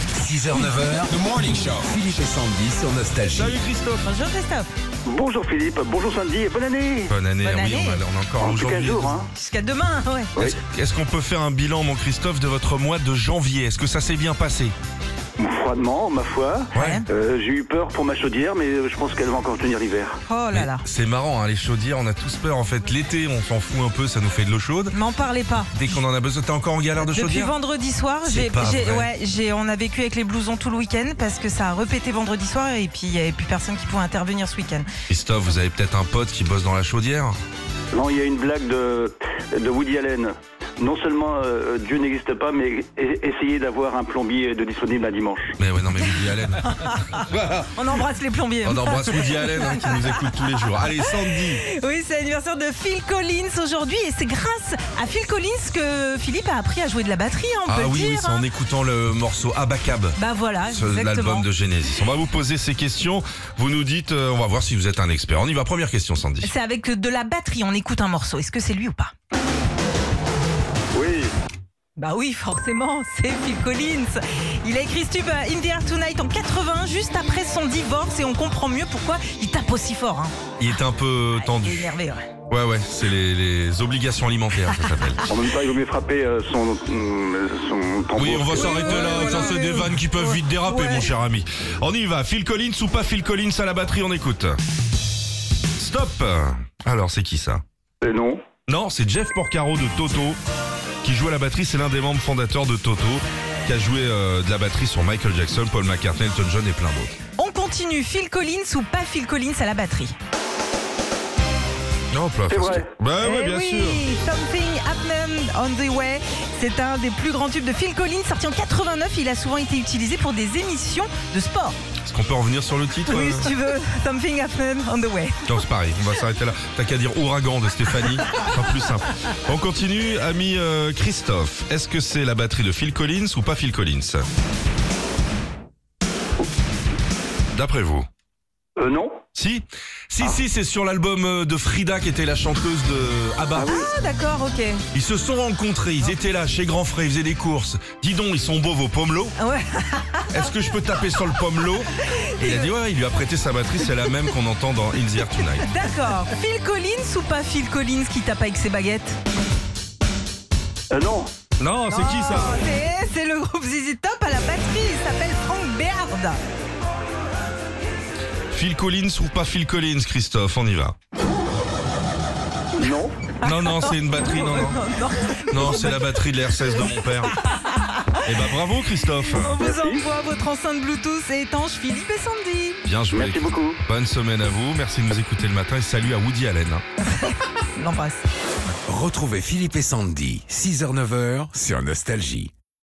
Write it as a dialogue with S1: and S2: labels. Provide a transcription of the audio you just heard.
S1: 6h, 9h, The Morning Show. Philippe et Sandy sur Nostalgie.
S2: Salut Christophe.
S3: Bonjour Christophe.
S4: Bonjour Philippe, bonjour Sandy et bonne année
S5: Bonne année,
S3: Bonne
S5: oui,
S3: année.
S5: on a- on a encore
S4: En tout cas,
S5: aujourd'hui.
S4: jour, hein.
S3: Jusqu'à demain, ouais.
S5: Est-ce est-ce qu'on peut faire un bilan, mon Christophe, de votre mois de janvier Est-ce que ça s'est bien passé
S4: Froidement, ma foi.
S3: Ouais.
S4: Euh, J'ai eu peur pour ma chaudière, mais euh, je pense qu'elle va encore tenir l'hiver.
S3: Oh là là.
S5: C'est marrant, hein, les chaudières, on a tous peur en fait. L'été, on s'en fout un peu, ça nous fait de l'eau chaude.
S3: M'en parlez pas.
S5: Dès qu'on en a besoin, t'es encore en galère de
S3: Depuis
S5: chaudière
S3: vendredi soir,
S5: C'est
S3: j'ai,
S5: pas
S3: j'ai-
S5: vrai.
S3: ouais, j'ai, on a vécu avec les blousons tout le week-end parce que ça a repété vendredi soir et puis il n'y avait plus personne qui pouvait intervenir ce week-end.
S5: Christophe, vous avez peut-être un pote qui bosse dans la chaudière
S4: Non, il y a une blague de, de Woody Allen. Non seulement euh, Dieu n'existe pas, mais e- essayez d'avoir un plombier de disponible un dimanche.
S5: Mais ouais, non, mais Woody Allen.
S3: On embrasse les plombiers.
S5: On embrasse Woody Allen hein, qui nous écoute tous les jours. Allez, Sandy
S3: Oui, c'est l'anniversaire de Phil Collins aujourd'hui et c'est grâce à Phil Collins que Philippe a appris à jouer de la batterie, hein, on
S5: Ah
S3: peut le
S5: oui, oui,
S3: dire.
S5: c'est
S3: hein.
S5: en écoutant le morceau Abacab.
S3: Bah voilà,
S5: ce-
S3: exactement.
S5: L'album de Genesis. On va vous poser ces questions. Vous nous dites, euh, on va voir si vous êtes un expert. On y va. Première question, Sandy.
S3: C'est avec de la batterie, on écoute un morceau. Est-ce que c'est lui ou pas
S4: Oui,
S3: Bah oui, forcément, c'est Phil Collins. Il a écrit ce tube euh, In the Air Tonight en 80, juste après son divorce, et on comprend mieux pourquoi il tape aussi fort. Hein.
S5: Il est un
S3: Ah,
S5: peu
S3: il est
S5: tendu.
S3: énervé, ouais.
S5: Ouais, ouais, c'est les, les obligations alimentaires, ça s'appelle.
S4: en même temps, il vaut mieux frapper euh, son, mm, son tambour.
S5: Oui, on va
S4: que-
S5: s'arrêter
S3: ouais,
S5: là.
S3: ouais,
S5: ça,
S3: ouais,
S5: c'est
S3: ouais,
S5: des
S3: ouais.
S5: vannes qui peuvent
S3: Ouais.
S5: vite déraper,
S3: Ouais.
S5: mon cher ami. On y va. Phil Collins ou pas Phil Collins à la batterie, on écoute. Stop Alors, c'est qui ça
S4: Euh, non.
S5: Non, c'est Jeff Porcaro de Toto qui joue à la batterie. C'est l'un des membres fondateurs de Toto qui a joué euh, de la batterie sur Michael Jackson, Paul McCartney, Elton John et plein d'autres.
S3: On continue, Phil Collins ou pas Phil Collins à la batterie
S5: Non, pas
S4: C'est vrai.
S5: Bah ouais,
S3: Eh
S5: bien
S3: oui,
S5: sûr.
S3: Something Happened on the Way. C'est un des plus grands tubes de Phil Collins, sorti en 89. Il a souvent été utilisé pour des émissions de sport.
S5: Est-ce qu'on peut revenir sur le titre
S3: Oui,
S5: euh
S3: si tu veux, Something Happened on the Way.
S5: Non, c'est pareil, on va s'arrêter là. T'as qu'à dire ouragan de Stéphanie, ce sera plus simple. On continue, ami euh, Christophe. Est-ce que c'est la batterie de Phil Collins ou pas Phil Collins D'après vous
S4: Euh, non.
S5: Si Si, si, c'est sur l'album euh, de Frida qui était la chanteuse de Abba.
S3: Ah, d'accord, ok. Ouais.
S5: Ils se sont rencontrés, ils étaient là chez Grand Frère, ils faisaient des courses. Dis donc, ils sont beaux vos pomelots. Est-ce que je peux taper sur le pomelo Et il a dit ouais, il lui a prêté sa batterie, c'est la même qu'on entend dans In the Air Tonight.
S3: D'accord. Phil Collins ou pas Phil Collins qui tape avec ses baguettes
S4: Euh, non.
S5: Non, c'est qui ça
S3: Oh, c'est- C'est le groupe ZZ Top à la batterie. Il s'appelle Frank Beard.
S5: Phil Collins ou pas Phil Collins, Christophe, on y va.
S4: Non.
S5: Non, non, c'est une batterie, non, non. Non, c'est la batterie de l'R16 de mon père. Eh ben bravo, Christophe.
S3: On vous envoie votre enceinte Bluetooth et étanche Philippe et Sandy.
S5: Bien joué.
S4: Merci beaucoup.
S5: Bonne semaine à vous, merci de nous écouter le matin et salut à Woody Allen. hein.
S3: On L'embrasse.
S1: Retrouvez Philippe et Sandy, 6h, 9h sur Nostalgie.